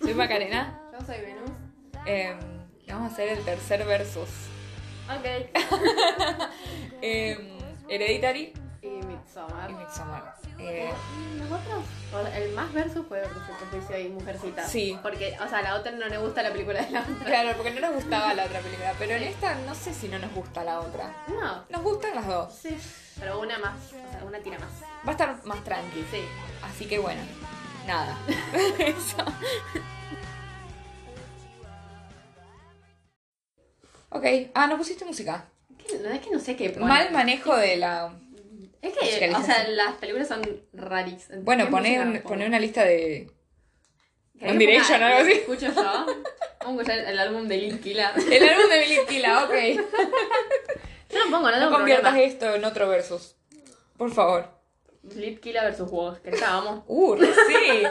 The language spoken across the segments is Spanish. Soy Macarena Yo soy Venus. eh, y vamos a hacer el tercer versus. Ok. Eh, Hereditary Y Midsommar. y Midsommar. Eh, Nosotros, o sea, el más verso fue Orgullo y Prejuicio y Mujercita. Sí. Porque, o sea, a la otra no le gusta la película de la otra. claro, porque no nos gustaba la otra película, pero en esta no sé si no nos gusta la otra. No. Nos gustan las dos. Sí. Pero una más. O sea, una tira más. Va a estar más tranqui. Sí. Así que bueno, nada. Eso. Ok, ah, no pusiste música. ¿Qué? No es que no sé qué poner. Mal manejo de la. Es que, o sea, Musicalización. las películas son raris. Bueno, ¿Qué poné, música un- pongo? poné una lista de. ¿Querés One que ponga Direction o algo lo que así? Escucho yo. Vamos a escuchar el álbum de Lil Kila. El álbum de Billy Kila, ok. Yo lo pongo, no No tengo conviertas problema. esto en otro versus. Por favor. Lil Kila versus Woz. Que estábamos. Uh, re sí.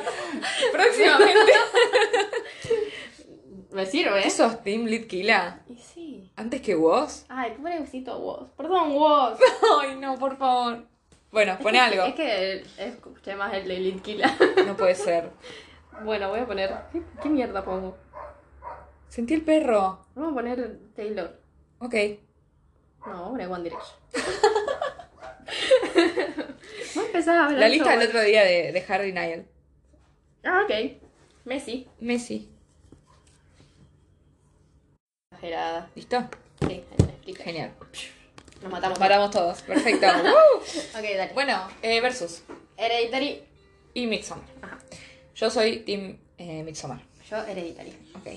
Próximamente. Me sirve, ¿eh? ¿Sos Team Litkila? Y sí. ¿Antes que vos? Ay, ¿cómo le gustito a Woz? Perdón, Woz. Ay, no, por favor. Bueno, poné algo. Es que escuché más el de Lil Kila. No puede ser. Bueno, voy a poner. ¿Qué, qué mierda pongo? Sentí el perro. Vamos a poner Taylor. Ok. No, vamos a poner One Direction. Vamos a empezar a hablar La lista sobre- del otro día de, de Harry Nile. Ah, ok. Messi. Messi. Exagerada. ¿Listo? Sí, ahí me explica. Genial. Nos Nos matamos. matamos todos. Perfecto. Uh. Ok, dale. Bueno, eh, versus. Hereditary. Y Midsommar. Ajá. Yo soy Team eh, Midsommar. Yo, Hereditary. Ok.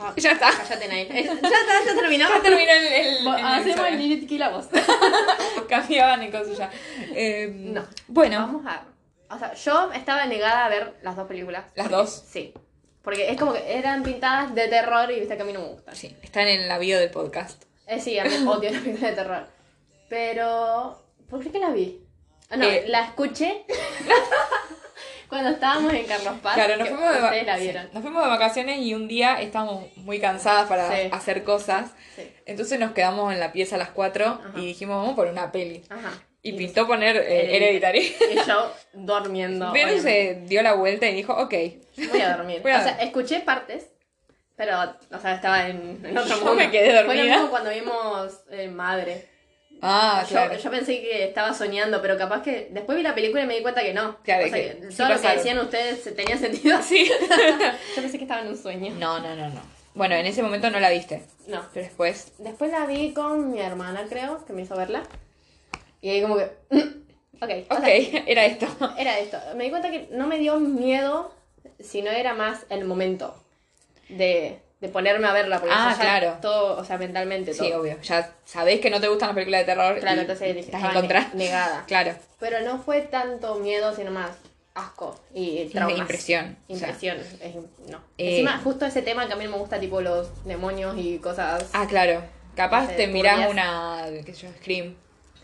Ah, Ya está. Cállate, Nay. Ya está, ya terminó. Ya terminó el. el- el Hacemos Midsommar. el Lilith Kill a vos. Cambiaban en cosas ya. Eh, No. Bueno. Vamos a. O sea, yo estaba negada a ver las dos películas. ¿Las Porque- dos? Sí. Porque es como que eran pintadas de terror y viste que a mí no me gustan. Sí, están en la bio del podcast. Eh, sí, a mí odio las películas de terror. Pero. ¿Por qué que las vi? Ah, no, Eh. la escuché. Cuando estábamos en Carlos Paz. Claro, nos que fuimos, de va- Ustedes la sí, vieron. nos fuimos de vacaciones y un día estábamos muy cansadas para Sí. hacer cosas. Sí. Entonces nos quedamos en la pieza a las 4 Ajá. y dijimos, vamos por una peli. Ajá. Y pintó poner eh, Hereditary. Y yo durmiendo. Venus obviamente. se dio la vuelta y dijo, ok. Voy a dormir. Voy a o sea, dormir. escuché partes, pero, o sea, estaba en, en otro Yo mundo. me quedé Fue lo dormida. mismo cuando vimos eh, Madre. Ah, yo, claro. yo pensé que estaba soñando, pero capaz que después vi la película y me di cuenta que no. Claro, o sea, que que sí todo lo que pasaron. decían ustedes se- tenía sentido. Sí. Yo pensé que estaba en un sueño. no, no, no, no. Bueno, en ese momento no la viste. No. Pero después, Después la vi con mi hermana, creo, que me hizo verla. Y ahí como que... mm. Ok. o ok, sea, era esto. era esto. Me di cuenta que no me dio miedo, sino era más el momento de, de ponerme a verla. Porque Ah, yo ya claro. Todo, o sea, mentalmente Sí, todo. obvio. Ya sabés que no te gustan las películas de terror. claro, y entonces dije, estás en estaba ne- contra. negada. Claro. Pero no fue tanto miedo, sino más asco y traumas. Impresión. o sea. Impresión. es- no. Eh. Encima, justo ese tema que a mí no me gusta, tipo los demonios y cosas... Ah, claro. Capaz No sé, te mirás turbias. una, qué sé yo, Scream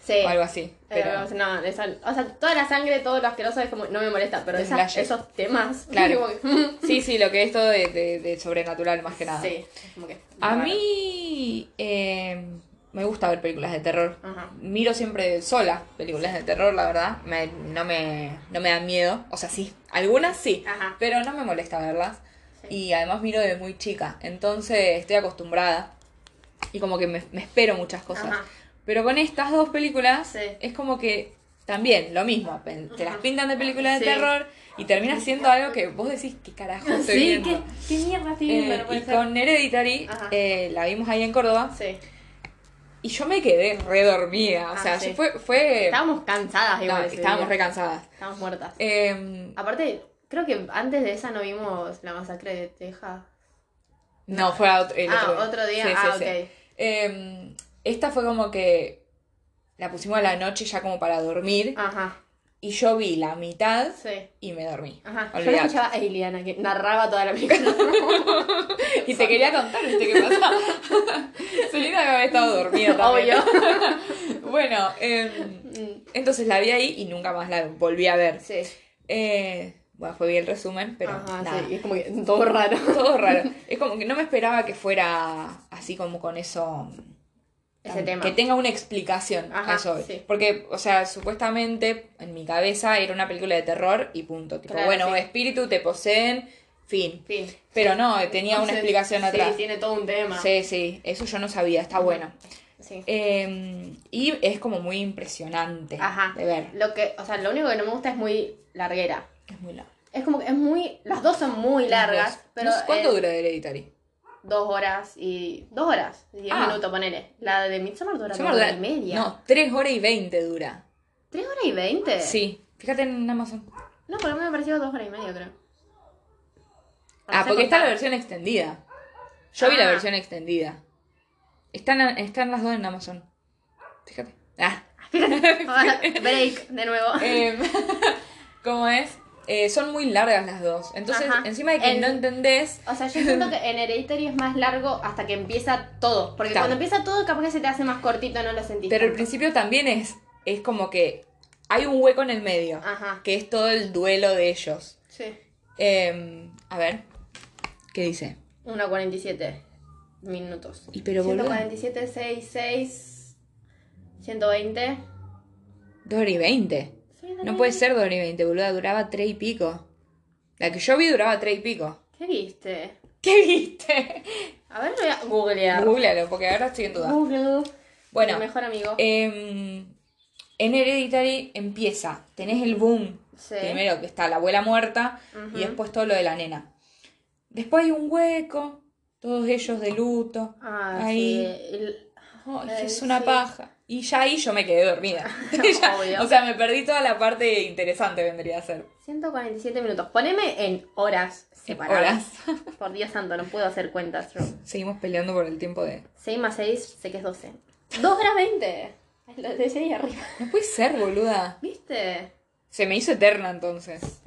sí. o algo así. Eh, Pero, no, esa- o sea, toda la sangre, todo lo asqueroso es como, no me molesta, pero Los esas- slashes. esos temas, Claro. como que- mm, sí, sí, lo que es todo de, de- de sobrenatural más que nada. sí, es como que A raro. mí eh, me gusta ver películas de terror. Ajá. Miro siempre sola películas de terror, la verdad. Me- no, me, no me da miedo. O sea, sí. Algunas sí. Ajá. Pero no me molesta verlas. Sí. Y además miro de muy chica. Entonces estoy acostumbrada. Y como que me, me espero muchas cosas. Ajá. Pero con estas dos películas Sí. es como que también lo mismo. pen- Te las pintan de películas de Sí. terror y terminas siendo algo que vos decís, ¿qué carajo estoy Sí, viendo? ¿qué, qué mierda estoy Eh, viendo? No puede y ser. con Hereditary Ajá. eh, la vimos ahí en Córdoba Sí. y yo me quedé re dormida. O Ah, sea, sí. fue. fue Estábamos cansadas no, igual. ese estábamos día. re cansadas. Estábamos muertas. Eh, Aparte, creo que antes de esa no vimos la masacre de Texas. no, fue a otro- el ah, otro día. otro día. Sí, sí, ah, sí. ok. Eh, esta fue como que la pusimos a la noche ya como para dormir Ajá. y yo vi la mitad Sí. y me dormí. Ajá. Yo la Olvidate. escuchaba a Eliana que narraba toda la película. Y te quería contar, ¿viste qué pasa? Selena había estado dormida también. Obvio. Bueno, eh, entonces la vi ahí y nunca más la volví a ver. Mm. Sí. Eh, bueno, fue bien el resumen, pero Ajá, nada. sí. Y es como que todo raro. Todo raro. Es como que no me esperaba que fuera así como con eso. Ese tema. Que tenga una explicación a Ajá, eso. sí. Porque, o sea, supuestamente en mi cabeza era una película de terror y punto. Tipo, Claro, bueno, sí. espíritu, te poseen, Fin. Fin. Pero no, tenía una Entonces, explicación atrás. Sí, tiene todo un tema. Sí, sí, eso yo no sabía, está bueno. Sí. Eh, y es como muy impresionante Ajá. de ver. Lo que, o sea, lo único que no me gusta es muy larguera. Es muy largo. Es como que es muy. Las dos son muy largas. Dos. Pero No sé, ¿Cuánto es dura Hereditary? Dos horas y. Dos horas. y Diez Ah. minutos, ponele. La de Midsommar dura Yo una me hora y acordé- media. No, 3 horas y 20 dura. ¿Tres horas y veinte? Sí, fíjate en Amazon. No, pero a mí me pareció dos horas y media, creo. Ah, No sé porque está la contar. versión extendida. Yo vi la Ah. versión extendida. Están, están las dos en Amazon. Fíjate. Ah. Break, de nuevo. Em, ¿Cómo es? Eh, son muy largas las dos. Entonces, Ajá. encima de que En- no entendés. O sea, yo siento que en Hereditary es más largo hasta que empieza todo. Porque Claro. cuando empieza todo, capaz que se te hace más cortito, no lo sentís. Pero al tanto. principio también es, es como que hay un hueco en el medio. Ajá. Que es todo el duelo de ellos. Sí. Em, a ver. ¿Qué dice? 1.47 minutos. Y pero, boluda. 147, 6, 6, 120. 2 horas y 20. Sí, dale. No puede ser 2 horas y 20, boluda. Duraba 3 y pico. La que yo vi duraba 3 y pico. ¿Qué viste? ¿Qué viste? A ver, lo voy a googlear. Googlealo, porque ahora estoy en duda. Google. Bueno. Mi mejor amigo. Em, en Hereditary empieza, tenés el boom. Sí. Primero que está la abuela muerta Ujú. y después todo lo de la nena. Después hay un hueco, todos ellos de luto. Ah, ahí. sí. El- Ay, Ay, es una sí. paja. Y ya ahí yo me quedé dormida. Ya- Obvio. o sea, me perdí toda la parte interesante, vendría a ser. 147 minutos. Poneme en horas separadas. Horas. Por Dios santo, no puedo hacer cuentas. yo. Seguimos peleando por el tiempo de. 6 más 6, sé que es 12. 2 horas 20. Lo de 6 arriba. No puede ser, boluda. ¿Viste? Se me hizo eterna entonces.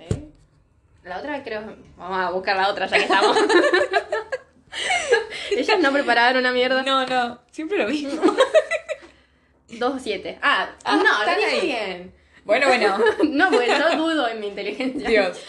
La otra creo. Vamos a buscar la otra ya que estamos. Ellas no preparaban una mierda. No, no, siempre lo mismo. 2-7. Ah, Ah, no, están lo dije ahí. bien. Bueno, bueno. No, pues yo dudo en mi inteligencia. Dios.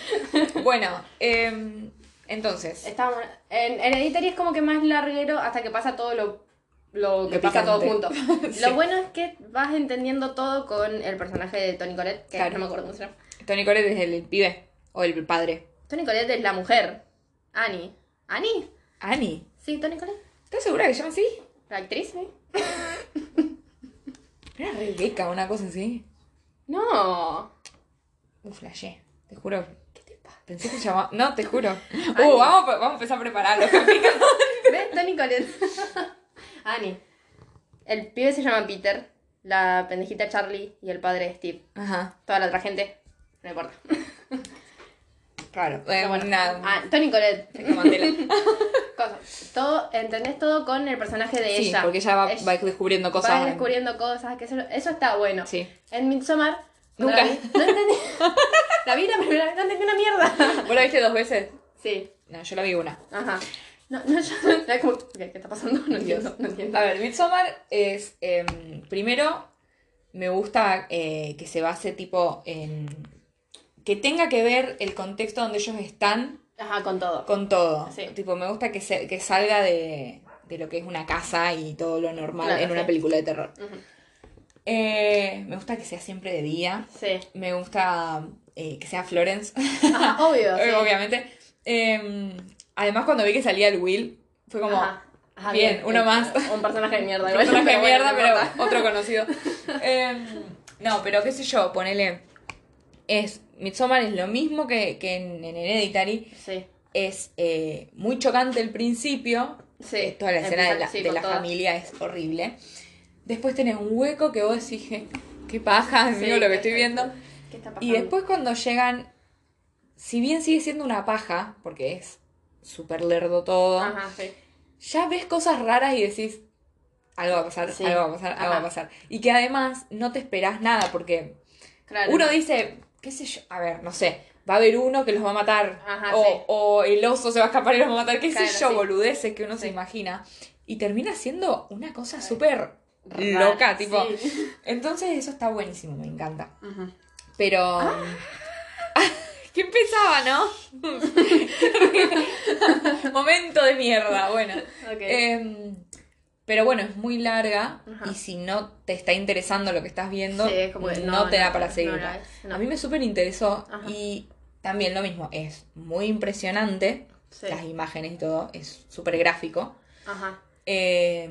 Bueno, em, entonces. Estamos, en Hereditary es como que más larguero hasta que pasa todo lo, lo que Lo pasa todo picante. junto. Sí. Lo bueno es que vas entendiendo todo con el personaje de Tony Colette, que Claro. no me acuerdo cómo se llama. Tony Colette es el pibe o el padre. Tony Colette es la mujer. Annie. ¿Annie? Annie, Sí, Tony Colette. ¿estás segura que se llama así? La actriz, ¿eh? Era Rebeca, una cosa así. No. Uh, flashé. Te juro. ¿Qué te pasa? Pensé que se llamaba. No, te juro. Annie. Uh, vamos, a- vamos a empezar a preparar los capítulos. ¿Ves? Tony Colette. Annie. El pibe se llama Peter, la pendejita Charlie y el padre Steve. Ajá, Toda la otra gente. No importa. claro. Eh, Pero bueno. nada. Ah, Tony Colette. efecto Mandela. Cosa. Todo, entendés todo con el personaje de Sí, ella. porque ella va, Ella va descubriendo va cosas. descubriendo cosas, que eso, eso está bueno. Sí. En Midsommar, cuando Nunca. la vi, no entendí. la vi la primera vez, no entendí una mierda. ¿Vos la viste dos veces? Sí, No, yo la vi una. ajá. No, no, yo no, era como, ok, ¿qué está pasando? No entiendo, no entiendo. A ver, Midsommar es. em, primero, me gusta eh, que se base tipo en. que tenga que ver el contexto donde ellos están Ajá, con todo. con todo. Sí. Tipo, me gusta que, se- que salga de, de lo que es una casa y todo lo normal Claro, en una sí. película de terror. Ujú. Eh, me gusta que sea siempre de día. Sí. Me gusta eh, que sea Florence, Ajá, obvio. eh, sí. obviamente. Em, además, cuando vi que salía el Will, fue como. Ajá. Ajá, Bien, uno más. Un personaje de mierda. Un personaje de mierda, bueno, pero no importa. otro conocido. Em, no, pero qué sé yo, ponele. Es. Midsommar es lo mismo que, que en, en Hereditary. Sí. Es eh, muy chocante el principio. Sí. Eh, toda la escena de la, Sí, de con la todo. familia es horrible. Después tenés un hueco que vos decís, "Je, qué paja, Sí, amigo, lo que ¿qué estoy está- viendo. ¿Qué está Y pasando? después cuando llegan, si bien sigue siendo una paja, porque es súper lerdo todo, Ajá, sí. ya ves cosas raras y decís, algo va a pasar, Sí. algo va a pasar, algo va a Ajá. pasar. Y que además no te esperás nada, porque Claro. uno dice, qué sé yo, a ver, no sé, va a haber uno que los va a matar, Ajá, o, sí. o el oso se va a escapar y los va a matar, qué Claro, sé yo, sí. boludeces que uno se Sí. imagina. Y termina siendo una cosa súper Raro, loca, tipo. sí. Entonces eso está buenísimo, me encanta. Ujú. Pero. Ah. ¿Quién pensaba, no? Momento de mierda, bueno. Ok. Em, pero bueno, es muy larga Ajá. y si no te está interesando lo que estás viendo, Sí, es como que no, no, te da no, para no seguir. la ves, no. A mí me súper interesó Ajá. y También lo mismo, es muy impresionante. Sí. Las imágenes y todo, es súper gráfico. Ajá. Eh,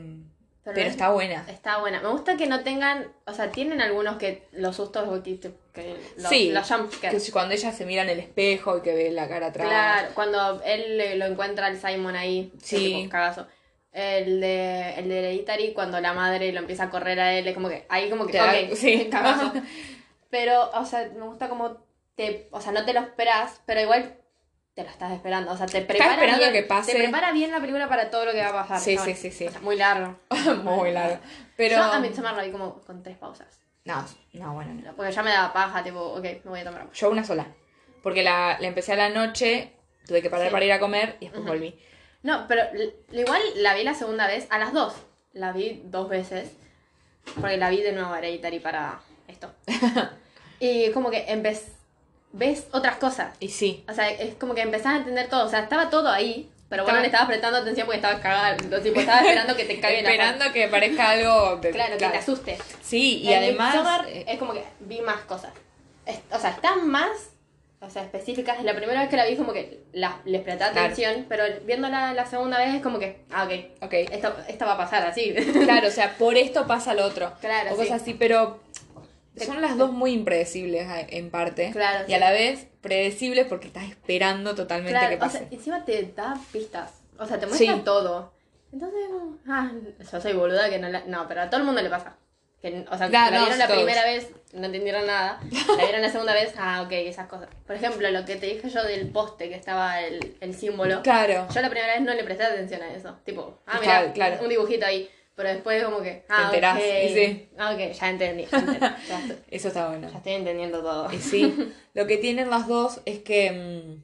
Pero pero es- está buena. Está buena. Me gusta que no tengan. O sea, tienen algunos que los sustos o que, que los, Sí, los jumpscares. Que si cuando ella se mira en el espejo y que ve la cara atrás. Claro, cuando él le- lo encuentra el Simon ahí. Sí. que tipo, cagazo. El de, el de Hereditary, cuando la madre lo empieza a correr a él, es como que ahí como que. Te da- ok, sí. cagazo. Pero, o sea, me gusta como te. O sea, no te lo esperas, pero igual te lo estás esperando. O sea, te prepara. esperando bien, que pase. Te prepara bien la película para todo lo que va a pasar. Sí, está sí, bueno. sí, sí. O sea, muy largo. Muy largo. Pero. Yo a Midsommar la vi como con tres pausas. No, no, bueno, no. Porque ya me daba paja, tipo, ok, me voy a tomar agua. Yo una sola. Porque la, la empecé a la noche, tuve que parar Sí. para ir a comer y después Ujú. volví. No, pero l- igual la vi la segunda vez, a las dos. La vi dos veces. Porque la vi de nuevo a Hereditary para esto. y como que empecé. Ves otras cosas. Y sí. O sea, es como que empezás a entender todo. O sea, estaba todo ahí. Pero bueno, Estaba- le estabas prestando atención porque estabas cagando. Tipo, estabas esperando que te caiga la Esperando que parezca algo. de- Claro, que te asuste. Sí, y En además. Midsommar eh, es como que vi más cosas. Es- o sea, están más o sea, específicas. La primera vez que la vi es como que la- les prestaba Claro. atención, pero viéndola la segunda vez es como que, ah, ok, ok. esto, esto va a pasar así. Claro, o sea, por esto pasa lo otro. Claro, O cosas sí. así, pero. Son las dos muy impredecibles a- en parte. Claro, Y sí. a la vez predecibles porque estás esperando totalmente claro, que o pase. sea, encima te da pistas. O sea, te muestra Sí. todo. Entonces, ah, yo soy boluda que no la... No, pero a todo el mundo le pasa. Que, o sea, Claro, la no, vieron la todos. primera vez, no entendieron nada. La vieron la segunda vez, ah, ok, esas cosas. Por ejemplo, lo que te dije yo del poste que estaba el, el símbolo. Claro. Yo la primera vez no le presté atención a eso. Tipo, ah, mira, Claro, claro. un dibujito ahí. Pero después como que, ah, enterás, ok. y sí. Ah, ok, ya entendí. ya entendí. ya, estoy, Eso está bueno. ya estoy entendiendo todo. Y sí, lo que tienen las dos es que mm,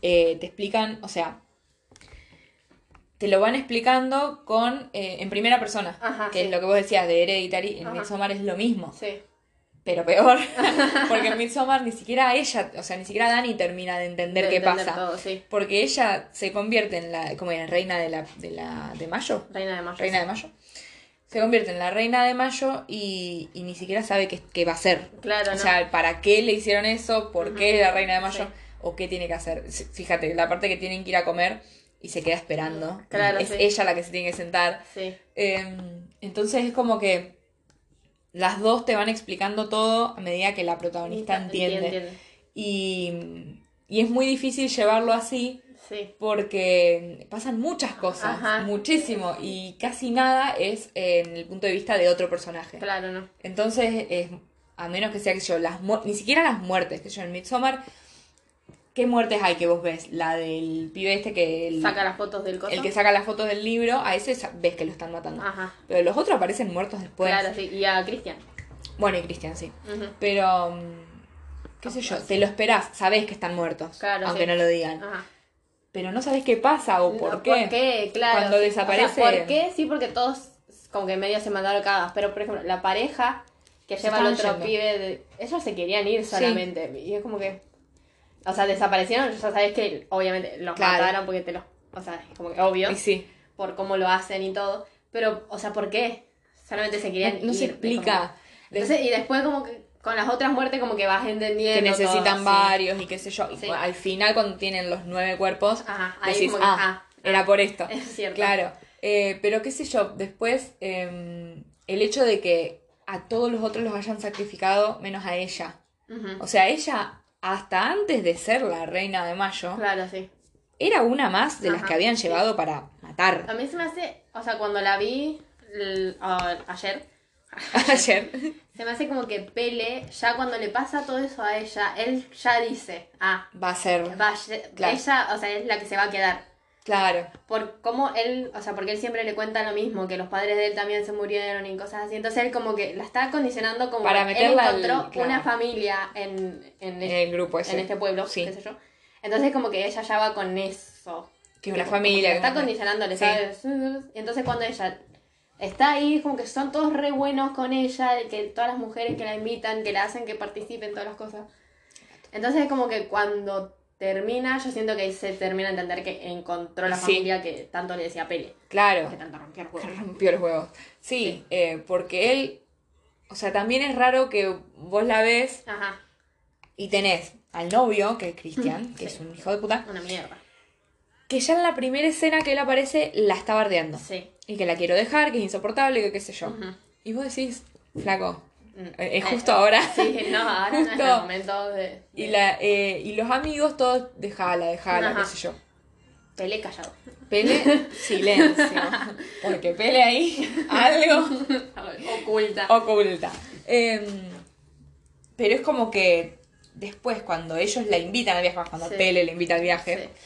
eh, te explican, o sea, te lo van explicando con eh, en primera persona, Ajá, que sí. es lo que vos decías de Hereditary, en Ajá. Midsommar es lo mismo, Sí. pero peor, porque en Midsommar ni siquiera ella, o sea, ni siquiera Dani termina de entender De qué entender pasa, todo, sí. porque ella se convierte en la, como era, reina de la, de la, de mayo, Reina de Mayo. reina de mayo, se convierte en la reina de mayo y, y ni siquiera sabe qué, qué va a hacer, Claro, o no. sea, ¿para qué le hicieron eso? ¿Por qué Ujú. la reina de mayo? Sí. ¿O qué tiene que hacer? S- Fíjate, la parte que tienen que ir a comer y se queda esperando. Claro, es sí. ella la que se tiene que sentar. sí. Eh, entonces es como que las dos te van explicando todo a medida que la protagonista entiende. entiende. Y, y es muy difícil llevarlo así Sí. porque pasan muchas cosas, Ajá. muchísimo, y casi nada es en el punto de vista de otro personaje. Claro, no. Entonces, es- a menos que sea que yo, las mu- ni siquiera las muertes, que yo en Midsommar, ¿qué muertes hay que vos ves? La del pibe este que el, Saca las fotos del coso. el que saca las fotos del libro, a ese sa- ves que lo están matando. Ajá. Pero los otros aparecen muertos después. Ah. Claro, sí. Y a Cristian. Bueno, y Cristian, sí. Ujú. Pero, mm, qué sé yo, te lo esperás, sabés que están muertos, Ah, Claro, aunque sí. no lo digan. Ajá. Pero no sabés qué pasa o por No, qué. Claro. Cuando sí. desaparece- O sea, ¿Por qué? Sí, porque todos como que medio se mandaron cagas. Pero, por ejemplo, la pareja que Se lleva al otro estaban yendo. pibe, de- ellos se querían ir solamente. Y es como que... O sea, desaparecieron, ya sabes que obviamente los Claro. mataron porque te los... O sea, es como que obvio Y sí, por cómo lo hacen y todo. Pero, o sea, ¿por qué? Solamente se no, querían ir. no se es como- explica. Entonces, y después como que con las otras muertes como que vas entendiendo. que necesitan todo, sí. varios y qué sé yo. Y Sí. cu- al final, cuando tienen los nueve cuerpos, Ajá, ahí decís, como que, ah, ah, era por esto. Es cierto. Claro. Eh, pero qué sé yo, después eh, el hecho de que a todos los otros los hayan sacrificado menos a ella. Ujú. O sea, ella, hasta antes de ser la reina de Mayo, Claro, sí. era una más de las Ajá, que habían sí. llevado para A matar mí se me hace, o sea, cuando la vi l- a- ayer, ayer. se me hace como que Pele, ya cuando le pasa todo eso a ella, él ya dice, ah, Va a ser. va a ser- Claro. ella, o sea, es la que se va a quedar. Claro. Por cómo él, o sea, porque él siempre le cuenta lo mismo, que los padres de él también se murieron y cosas así. Entonces él como que la está condicionando como Para él meterla al- encontró claro. una familia en, en, En este- el grupo ese. en este pueblo, Sí. qué sé yo. Entonces como que ella ya va con eso. Que es una Como- como familia, que Está como que- condicionándole, Sí. ¿sabes? Entonces cuando ella está ahí, como que son todos re buenos con ella, que todas las mujeres que la invitan, que la hacen que participen, todas las cosas. Entonces es como que cuando termina, yo siento que ahí se termina de entender que encontró la Sí. familia que tanto le decía Pele, Claro. que tanto rompió el juego. rompió los huevos. Sí, eh, porque él, o sea, también es raro que vos la ves Ajá. Y tenés al novio, que es Mm, Cristian, que es un hijo de puta, Una mierda. que ya en la primera escena que él aparece la está bardeando. Sí. Mm. Y que la quiero dejar, que es insoportable, que qué sé yo. Ujú. Y vos decís, flaco, Mm. es justo ahora. Sí, no, ahora no es Justo. el momento de. Y, de- la, eh, y los amigos todos, dejala, dejala, Ajá. qué sé yo. Pelé callado. Pele, silencio. Porque Pele ahí, algo Oculta. oculta. Em, pero es como que después, cuando ellos la invitan al viaje, cuando Sí. Pele le invita al viaje, Sí.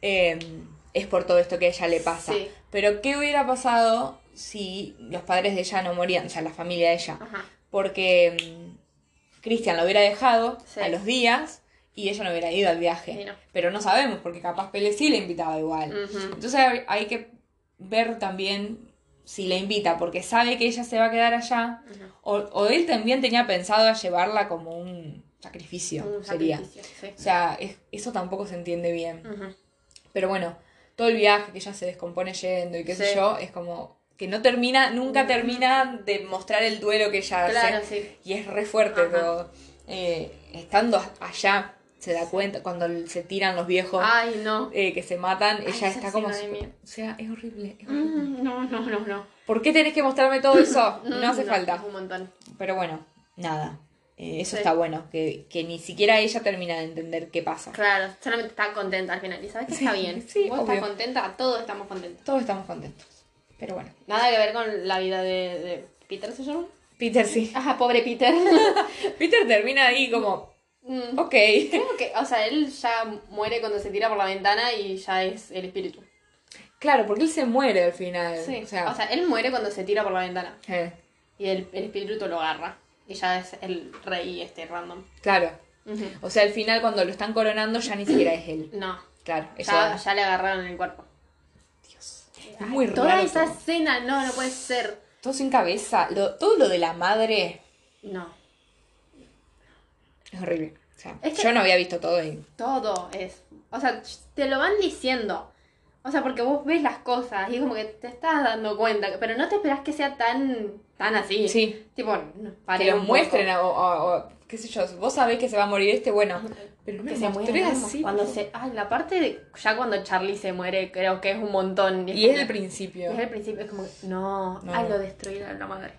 em, es por todo esto que a ella le pasa. Sí. Pero, ¿qué hubiera pasado si los padres de ella no morían? O sea, la familia de ella. Ajá. Porque mm, Cristian la hubiera dejado Sí. a los días y ella no hubiera ido al viaje. Y no. Pero no sabemos, porque capaz Pele sí le invitaba igual. Ujú. Entonces hay, hay que ver también si le invita, porque sabe que ella se va a quedar allá. Ujú. O, o él también tenía pensado a llevarla como un sacrificio, Un sería. sacrificio, sí. O sea, es- eso tampoco se entiende bien. Ujú. Pero bueno, todo el viaje que ella se descompone yendo y qué sé Sí. yo, es como que no termina, nunca Mm. termina de mostrar el duelo que ella Claro, hace. sí. Y es re fuerte Ajá. todo. Eh, estando a- allá, se da cuenta cuando se tiran los viejos, Ay, no. eh, que se matan, ella Ah. esa está como... escena de super- mí. O sea, es horrible. es horrible. Mm, No, no, no, no. Mm, ¿Por qué tenés que mostrarme todo eso? No hace es falta. Un montón. Pero bueno, nada. Eh, eso Sí. está bueno, que, que ni siquiera ella termina de entender qué pasa. Claro, solamente está contenta al final. Y sabes que está bien. sí, Vos obvio. estás contenta, todos estamos contentos. Todos estamos contentos. Pero bueno. Nada que ver con la vida de, de Peter, ¿se llama? Peter sí. Ajá, pobre Peter. Peter termina ahí como, Mm. ok. Creo que, o sea, él ya muere cuando se tira por la ventana y ya es el espíritu. Claro, porque él se muere al final. Sí. O sea, él muere cuando se tira por la ventana. eh, Y el, el espíritu lo agarra. Y ya es el rey este random. claro. Ujú. O sea, al final cuando lo están coronando ya ni siquiera es él. No. Claro, Ya, ella. ya le agarraron el cuerpo. Dios. Es muy Ay, raro. Toda esa todo. escena, no, no puede ser. Todo sin cabeza. Lo- todo lo de la madre No. es horrible. O sea, Es que- yo no había visto todo y. Todo es. O sea, te lo van diciendo. O sea, porque vos ves las cosas y como que te estás dando cuenta, pero no te esperás que sea tan, tan así. Sí. Tipo, Ah, no, Que paren lo un poco. muestren a- o, o- o- qué sé yo. Vos sabés que se va a morir este, bueno. Pero no me Que lo se mostré muere así. Cuando se. Ah, la parte de. Ya cuando Charlie se muere, creo que es un montón. Y es como- el principio. Es el principio, es como que. No, No. ay, lo destruirá la madre.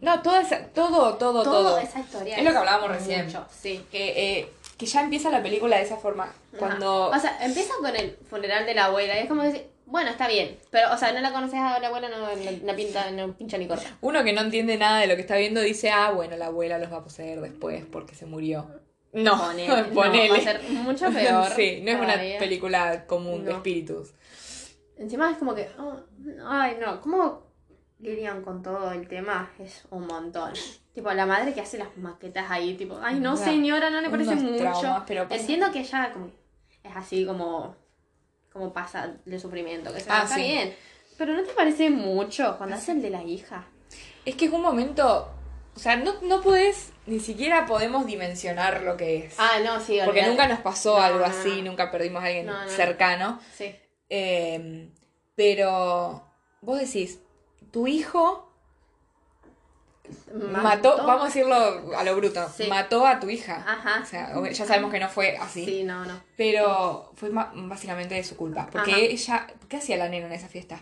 No, toda esa- todo, todo, todo. Toda esa historia. Es lo que hablábamos recién. mucho, sí. Que, eh, que ya empieza la película de esa forma. Cuando. Ajá. O sea, empieza con el funeral de la abuela y es como decir, bueno, está bien. Pero, o sea, no la conoces a la abuela, no, no, no pinta, no pincha ni corta. Uno que no entiende nada de lo que está viendo dice, ah, bueno, la abuela los va a poseer después porque se murió. No, Ponele. ponele. No, va a ser mucho peor. sí, no es una todavía. película común de No. espíritus. Encima es como que, oh, ay, no, ¿cómo lidian con todo el tema? Es un montón. Tipo, la madre que hace las maquetas ahí, tipo, ay, no, Ya. señora, no le parece Unos mucho. traumas, pero pasa- Entiendo que ella como, es así como, como pasa el sufrimiento, que se Ah, está sí. bien. Pero ¿no te parece mucho cuando hace el de la hija? Es que es un momento, o sea, no, no podés, ni siquiera podemos dimensionar lo que es. Ah, no, sí, porque olvídate. nunca nos pasó No, algo no, así, no. nunca perdimos a alguien No, no. cercano. Sí, Eh, pero vos decís, tu hijo mató, vamos a decirlo a lo bruto, Sí. mató a tu hija. Ajá. O sea, ob- ya sabemos que no fue así. Sí, no, no. Pero fue ma- básicamente de su culpa. Porque Ajá. ella. ¿Qué hacía la nena en esa fiesta?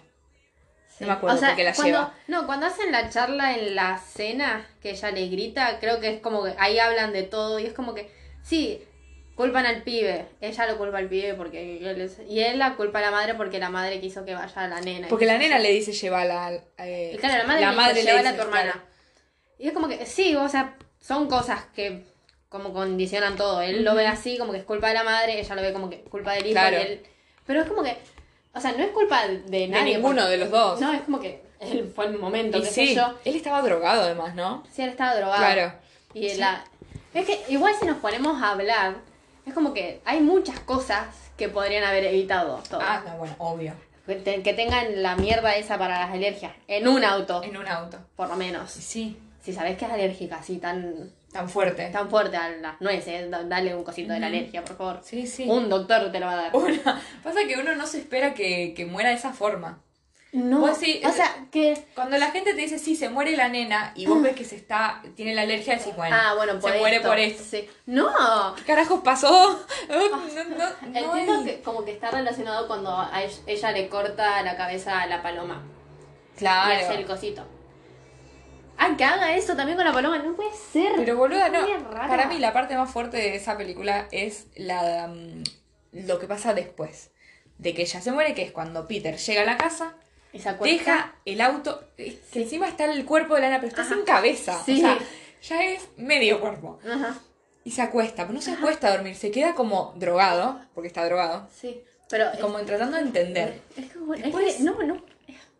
No me acuerdo o sea, porque la cuando, lleva. No, cuando hacen la charla en la cena, que ella le grita, creo que es como que ahí hablan de todo y es como que, sí, culpan al pibe, ella lo culpa al pibe porque él es- y él la culpa a la madre porque la madre quiso que vaya a la nena. Porque la Y- nena le dice llévala. al- y eh, claro, la madre, le dice, le "Llévala a dice, tu hermana. claro. Y es como que, sí, o sea, son cosas que como condicionan todo. Él lo ve así, como que es culpa de la madre, ella lo ve como que culpa del hijo. Claro. y él- Pero es como que, o sea, no es culpa de nadie. ninguno de los dos. No, es como que él fue el momento, Y qué sí, sé yo. él estaba drogado además, ¿no? Sí, él estaba drogado. Claro. Y Sí. la... Es que igual si nos ponemos a hablar, es como que hay muchas cosas que podrían haber evitado todo. Ah, no, bueno, obvio. Que, te- que tengan la mierda esa para las alergias. En un auto, En un auto. por lo menos. Sí. Si sabés que es alérgica así tan, Tan fuerte. tan fuerte a las nueces, da- dale un cosito de la alergia, por favor. Sí, sí. Un doctor te lo va a dar. Una- Pasa que uno no se espera que, que muera de esa forma. No. Vos sí, o es- sea, que. Cuando la gente te dice, sí, se muere la nena, y vos ves que se está, tiene la alergia, decís, bueno, ah, bueno, por se muere esto. por esto. Sí. No. ¿Qué carajos pasó? No, no, no Entiendo hay- que como que está relacionado cuando a ella, ella le corta la cabeza a la paloma. Y hace el Claro. cosito. Ah, que haga eso también con la paloma, no puede ser. Pero boluda, Qué no. rara. Para mí la parte más fuerte de esa película es la mm, lo que pasa después. De que ella se muere, que es cuando Peter llega a la casa, Esa deja el auto, es que Sí. encima está el cuerpo de la nena, pero está Ajá. sin cabeza. Sí. O sea, ya es medio cuerpo. Ajá. Y se acuesta, pero no se acuesta a dormir, se queda como drogado, porque está drogado, Sí. Pero. y como tratando de entender. Es que, bueno, es Después- que- no, no.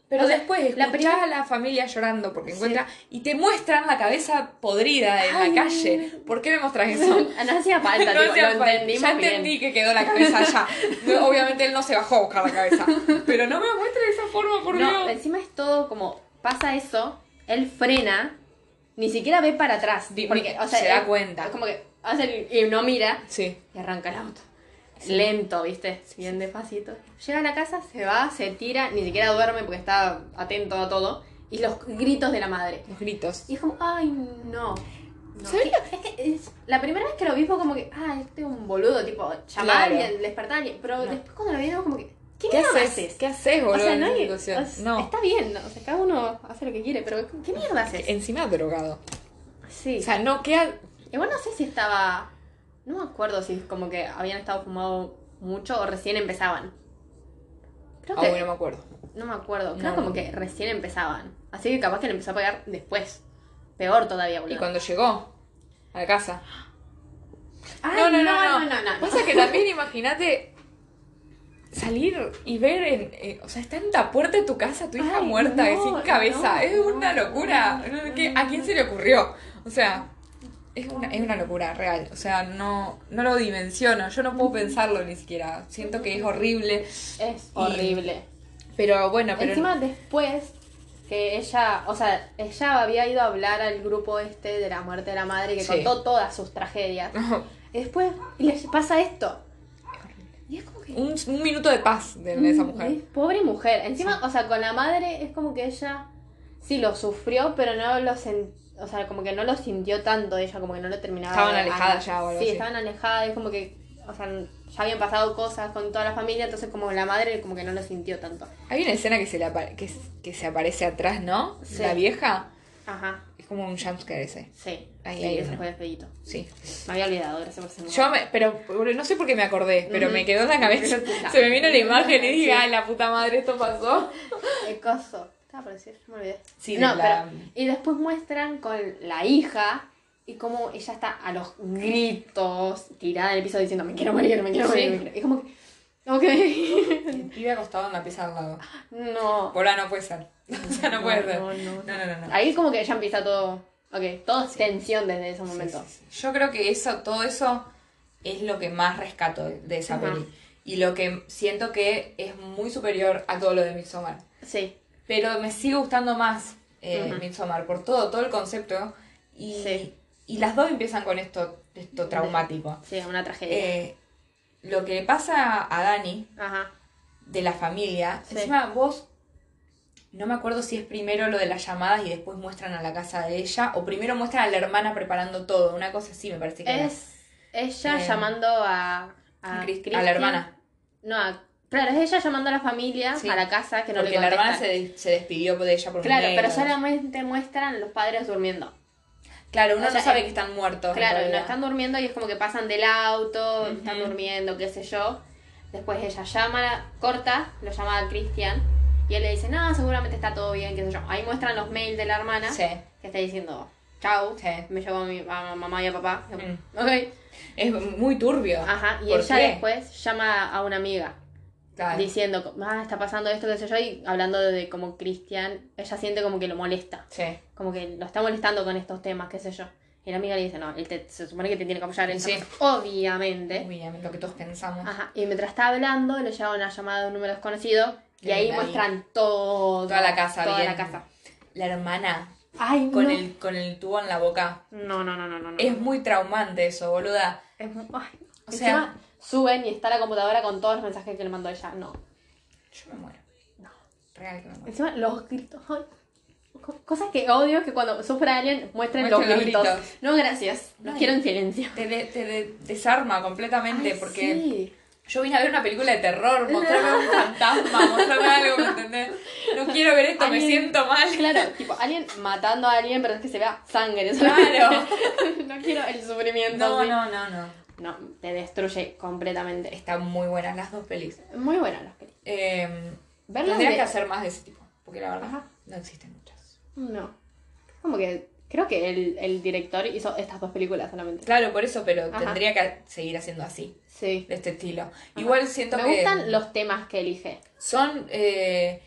Pero O sea, después la escuchás primera- a la familia llorando porque Sí. encuentra y te muestran la cabeza podrida en Ay. la calle. ¿Por qué me mostras eso? No hacía falta, No tipo, hacía lo falta. entendimos ya bien. entendí que quedó la cabeza allá. No, obviamente él no se bajó a buscar la cabeza. Pero no me muestres de esa forma, por No, Dios. encima es todo como pasa eso, él frena, ni siquiera ve para atrás. Di- Porque, o sea, se da él- cuenta. Es como que hace el- y no mira Sí. y arranca el auto. Lento, viste, bien despacito. Llega a la casa, se va, se tira, ni siquiera duerme porque está atento a todo. Y los gritos de la madre. Los gritos. Y es como, ay, no. No, ¿Sabés que- es que es- la primera vez que lo vi fue como que, ah, este es un boludo, tipo, llamar a Claro. alguien, despertar a alguien. Pero No. después cuando lo vi, era como que, ¿Qué ¿qué, mierda haces? haces? ¿Qué haces, O boludo? sea, en no, esa hay- situación? o sea, no. está bien, o sea, cada uno hace lo que quiere, pero ¿qué- ¿qué mierda haces? Encima drogado. Sí. Eh, O sea, no queda. Igual no sé si estaba, no me acuerdo si como que habían estado fumado mucho o recién empezaban. Creo Ah, que, bueno, me acuerdo. no me acuerdo, creo No. como que recién empezaban. Así que capaz que le empezó a pegar después. Peor todavía, boludo. Y cuando llegó a la casa. Ay, no, no, no, no, no, no, no. Pasa que también imagínate salir y ver en, eh, o sea, está en la puerta de tu casa tu hija Ay, muerta no, sin cabeza. no, es una no, locura. no, no, ¿Qué- no, ¿A quién no. se le ocurrió? O sea, es una, es una locura real. O sea, no, no lo dimensiono. Yo no puedo pensarlo ni siquiera. Siento que es horrible. Es horrible. Pero bueno, Ah, pero. Encima después que ella, o sea, ella había ido a hablar al grupo este de la muerte de la madre que Sí. Mm. contó todas sus tragedias. No, Y después les pasa esto. Y es como que... un, un minuto de paz de Mm, esa mujer. Es Pobre mujer. Encima, o sea, con la madre es como que ella sí lo sufrió, pero no lo sen- O sea, como que no lo sintió tanto ella, como que no lo terminaba. Estaban de- alejadas ya o algo Sí, así. estaban alejadas, es como que. O sea, ya habían pasado cosas con toda la familia, entonces como la madre como que no lo sintió tanto. Hay una escena que se, le apa- que, que se aparece atrás, ¿no? Sí. La vieja. Ajá, Es como un jumpscare ese. sí. Ahí sí, hay ese una. fue el feíto. Sí. Me había olvidado, gracias por ser mujer. Yo me, pero boludo, no sé por qué me acordé, pero Ujú. me quedó en la cabeza. Se me vino la imagen y dije, Sí. ay, la puta madre, esto pasó. El coso. Estaba por decir, me olvidé. Sí, no, de la- pero. Y después muestran con la hija y cómo ella está a los gritos, tirada en el piso diciendo, me quiero morir, me quiero Sí. morir. me quiero-". Y como que. Ok. Y acostado en la pieza al lado. no. Por no puede ser. O sea, no puede ser. No, No, no, no. no, no. no. Ahí como que ya empieza todo. Ok, todo es tensión desde ese momento. Sí, sí, sí. Yo creo que eso, todo eso es lo que más rescato de de esa Ajá. peli. Y lo que siento que es muy superior a todo lo de Midsommar. Sí. Pero me sigue gustando más eh, Ujú. Midsommar por todo, todo el concepto. Y, Sí. y las dos empiezan con esto, esto traumático. Sí, una tragedia. Eh, lo que le pasa a Dani Ajá. de la familia, Sí. encima vos, no me acuerdo si es primero lo de las llamadas y después muestran a la casa de ella, o primero muestran a la hermana preparando todo, una cosa así me parece que era. Es ella Eh, llamando a. A, A Cris- a Christian. la hermana, No, a- claro, es ella llamando a la familia, Sí. a la casa, que no porque le la hermana contestan. se, des- se despidió de ella por un Claro, mail, pero algo así. solamente muestran los padres durmiendo. Claro, uno o sea, no sabe eh, que están muertos. en Claro, no realidad. están durmiendo y es como que pasan del auto, están Ujú. durmiendo, qué sé yo. Después ella llama, corta, lo llama a Cristian y él le dice, no, seguramente está todo bien, qué sé yo. Ahí muestran los mails de la hermana Sí, que está diciendo, chau, sí. me llevo a mi a mamá y a papá. Mm. Ok. Es muy turbio. Ajá, y ¿Por ella qué? después llama a una amiga Claro. diciendo, ah, está pasando esto, qué sé yo, y hablando de como Cristian, ella siente como que lo molesta. Sí. como que lo está molestando con estos temas, qué sé yo. Y la amiga le dice, no, él te- se supone que te tiene que apoyar en Sí. esta cosa. Obviamente. Uy, lo que todos pensamos. Ajá. Y mientras está hablando, le llega una llamada de un número desconocido. Y Bien, ahí ahí. muestran todo. Toda la casa, Toda bien. la casa. La hermana Ay, con no. el con el tubo en la boca. No, no, no, no, no. no. Es muy traumante eso, boluda. Es muy- ay, no. O Encima, sea- suben y está la computadora con todos los mensajes que le mandó ella. No. Yo me muero. No. Real que me muero. Encima, los gritos. ay, co- Cosas que odio que cuando sufre alguien muestren los, Muestren los gritos. gritos. No, gracias. Los Ay. quiero en silencio. Te, de- te de- desarma completamente Ay, porque sí. yo vine a ver una película de terror, mostrarme un fantasma, mostrarme algo, ¿me entendés? No quiero ver esto, me Alguien- siento mal. Claro, tipo, alguien matando a alguien, pero es que se vea sangre. Claro. no quiero el sufrimiento. No, así. no, no, no. No, te destruye completamente. Están muy buenas las dos pelis. Muy buena los pelis. Eh, Verlas tendrían de- que hacer más de ese tipo, porque la verdad Ajá. no existen muchas. No. Como que creo que el, el director hizo estas dos películas solamente. Claro, por eso, pero Ajá. tendría que seguir haciendo así, Sí. de este estilo. Igual siento Me que gustan los temas que elige. son eh,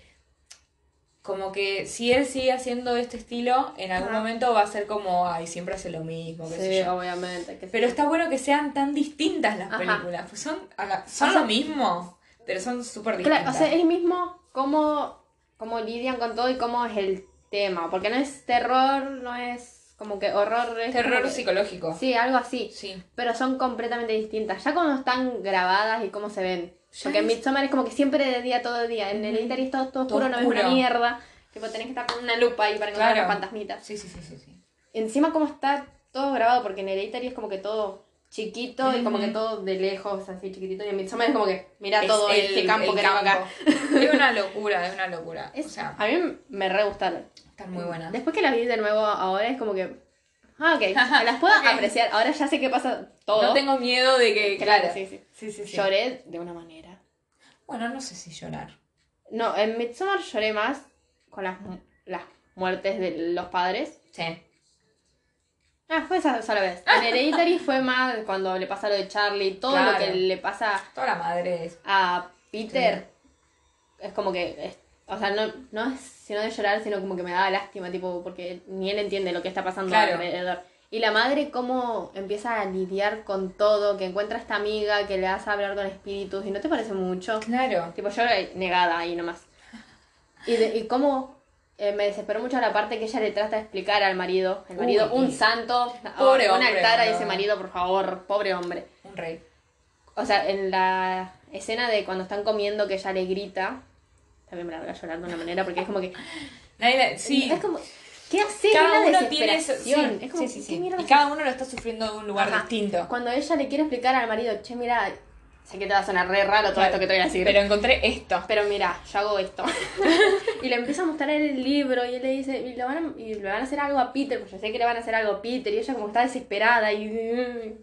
como que si él sigue haciendo este estilo, en algún Ajá. momento va a ser como, ay, siempre hace lo mismo, qué sé yo. obviamente. que sí. Pero está bueno que sean tan distintas las Ajá. películas. Pues son a la- son O sea, lo mismo, pero son súper distintas. Claro, o sea, es mismo cómo, cómo lidian con todo y cómo es el tema. Porque no es terror, no es como que horror. es Terror como que- psicológico. Sí, algo así. Sí. Pero son completamente distintas. Ya cuando están grabadas y cómo se ven. Ya Porque en es- Midsommar es como que siempre de día, todo de día. En el Inter es todo, todo Todo oscuro, no ves una oscuro. mierda. Tipo, tenés que estar con una lupa ahí para encontrar Claro. los fantasmitas. Sí, sí, sí, sí, sí. Encima como está todo grabado, porque en Hereditary es como que todo chiquito y como Ujú. que todo de lejos, así chiquitito. Y en Midsommar es como que, mira Es todo el- este campo el que tengo acá. campo. Es una locura, es una locura. Es- O sea, a mí me re gustaron. están muy buenas. Después que las vi de nuevo ahora es como que... Ah, ok. Las puedo Ok. apreciar. Ahora ya sé qué pasa todo. No tengo miedo de que. Claro, Claro. sí, sí. Sí, sí, sí. Lloré de una manera. Bueno, no sé si llorar. No, en Midsommar lloré más con las, mu- las muertes de los padres. Sí. Ah, fue esa sola vez. En Hereditary fue más cuando le pasa lo de Charlie, todo lo Claro. que le pasa Toda la madre es. a Peter es como que, es- o sea, no, no es sino de llorar, sino como que me daba lástima, tipo, porque ni él entiende lo que está pasando Claro. alrededor. Y la madre cómo empieza a lidiar con todo, que encuentra a esta amiga, que le hace hablar con espíritus, y no te parece mucho. Claro. Tipo, yo era negada ahí nomás. Y, de- y cómo eh, me desesperó mucho la parte que ella le trata de explicar al marido. El marido, Uy. un santo, Pobre un hombre, altar a boludo. ese marido, por favor, pobre hombre. Un rey. O sea, en la escena de cuando están comiendo que ella le grita, también me la voy a llorar de una manera porque es como que. Nadie la- Sí. Es como. ¿Qué hace? cada es la uno tiene eso. Sí, desesperación. es como, sí, sí, ¿qué sí. mierda Y cada uno lo está sufriendo de un lugar Ajá. distinto. Cuando ella le quiere explicar al marido, che, mira, sé que te va a sonar re raro todo Claro. esto que te voy a decir. Pero encontré esto. pero mira, yo hago esto. y le empieza a mostrar el libro y él le dice, y, lo van a- y le van a hacer algo a Peter, porque yo sé que le van a hacer algo a Peter, y ella como está desesperada y...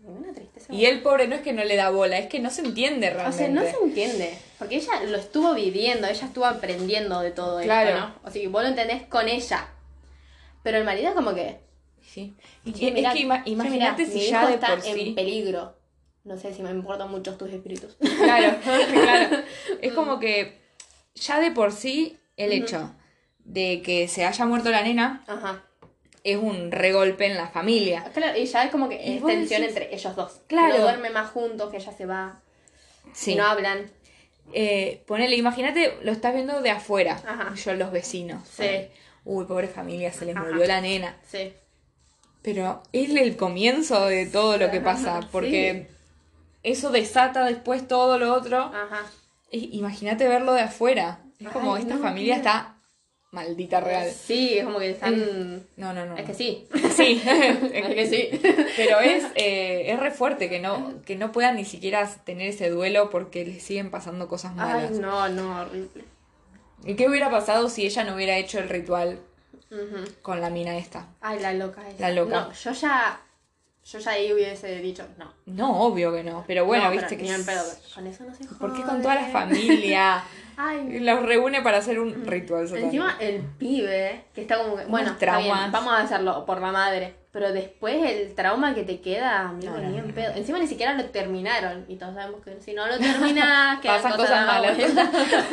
Una tristeza. Y el pobre no es que no le da bola, es que no se entiende O realmente. sea, no se entiende. Porque ella lo estuvo viviendo, ella estuvo aprendiendo de todo Claro. esto, ¿no? O sea, vos lo entendés con ella. Pero el marido como que... Sí. Y "Che, es mirá, que ima- che, imagínate mirá, mi si ya hijo de está por en sí. peligro. No sé si me importan mucho tus espíritus. Claro, claro. Es como que ya de por sí el hecho de que se haya muerto la nena Ajá. es un regolpe en la familia. Claro, y ya es como que Y es vos tensión decís- entre ellos dos. Claro. Que No duermen más juntos, que ella se va, Sí. no hablan. Eh, ponele, imagínate, lo estás viendo de afuera. Ajá. Yo, los vecinos. Sí. ponele. Uy, pobre familia, se les Ajá. murió la nena. Sí. Pero es el comienzo de todo lo que pasa, Sí. porque eso desata después todo lo otro. Ajá. E- Imagínate verlo de afuera. Es como Ay, esta no, familia tía. está maldita real. Mm. Sí, es como que están... No, no, no. Es que no. sí. Sí, Es que sí. Pero es, eh, es re fuerte que no, que no puedan ni siquiera tener ese duelo porque les siguen pasando cosas Ay, malas. no, no, horrible. ¿Y qué hubiera pasado si ella no hubiera hecho el ritual Ujú. con la mina esta? Ay, la loca esa. La loca. No, yo ya. Yo ya ahí hubiese dicho, no. No, obvio que no. Pero bueno, No, viste pero que. ni en es- pedo, con eso no se jode. ¿Por qué con toda la familia? Ay, no. Los reúne para hacer un ritual. satánico. Mm. Encima el pibe, que está como que. Bueno, está bien, traumas. vamos a hacerlo por la madre. Pero después el trauma que te queda, amigo, No, no, ni no, en no. pedo. Encima ni siquiera lo terminaron. Y todos sabemos que si no lo terminas, quedan Pasan cosas más malas. buenas.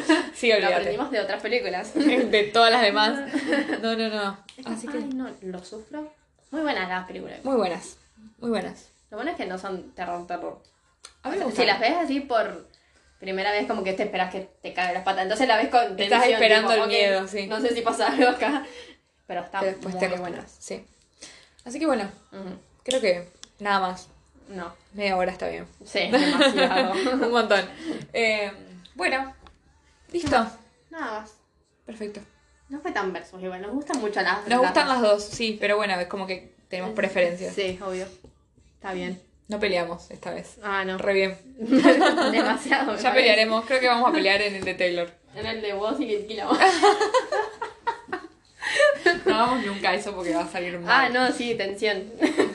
sí, Lo olvídate. aprendimos de otras películas. De todas las demás. No, no, no. Así que. Ay, no, lo sufro. Muy buenas las películas. Muy buenas. Muy buenas. Lo bueno es que no son terror, terror. A mí me Si gustaron. las ves así por primera vez, como que te esperas que te caigan las patas. Entonces la ves con tensión. Estás esperando el ok, miedo, sí. No sé si pasa algo acá. Pero está Pero después muy te buena. acostumbras. Sí. Así que bueno, Ujú. creo que nada más. No. Media hora está bien. Sí, demasiado. Un montón. Eh, bueno, listo. Nada más. Perfecto. No fue tan versus, igual. Nos gustan mucho las Nos gustan las dos, sí, pero bueno, es como que tenemos preferencias. Sí, obvio. Está bien. No peleamos esta vez. Ah, no. Re bien. Demasiado. me Ya parece. pelearemos, creo que vamos a pelear en el de Taylor. En el de vos y el quilombo. No hagamos nunca eso porque va a salir mal. Ah, no, sí, tensión.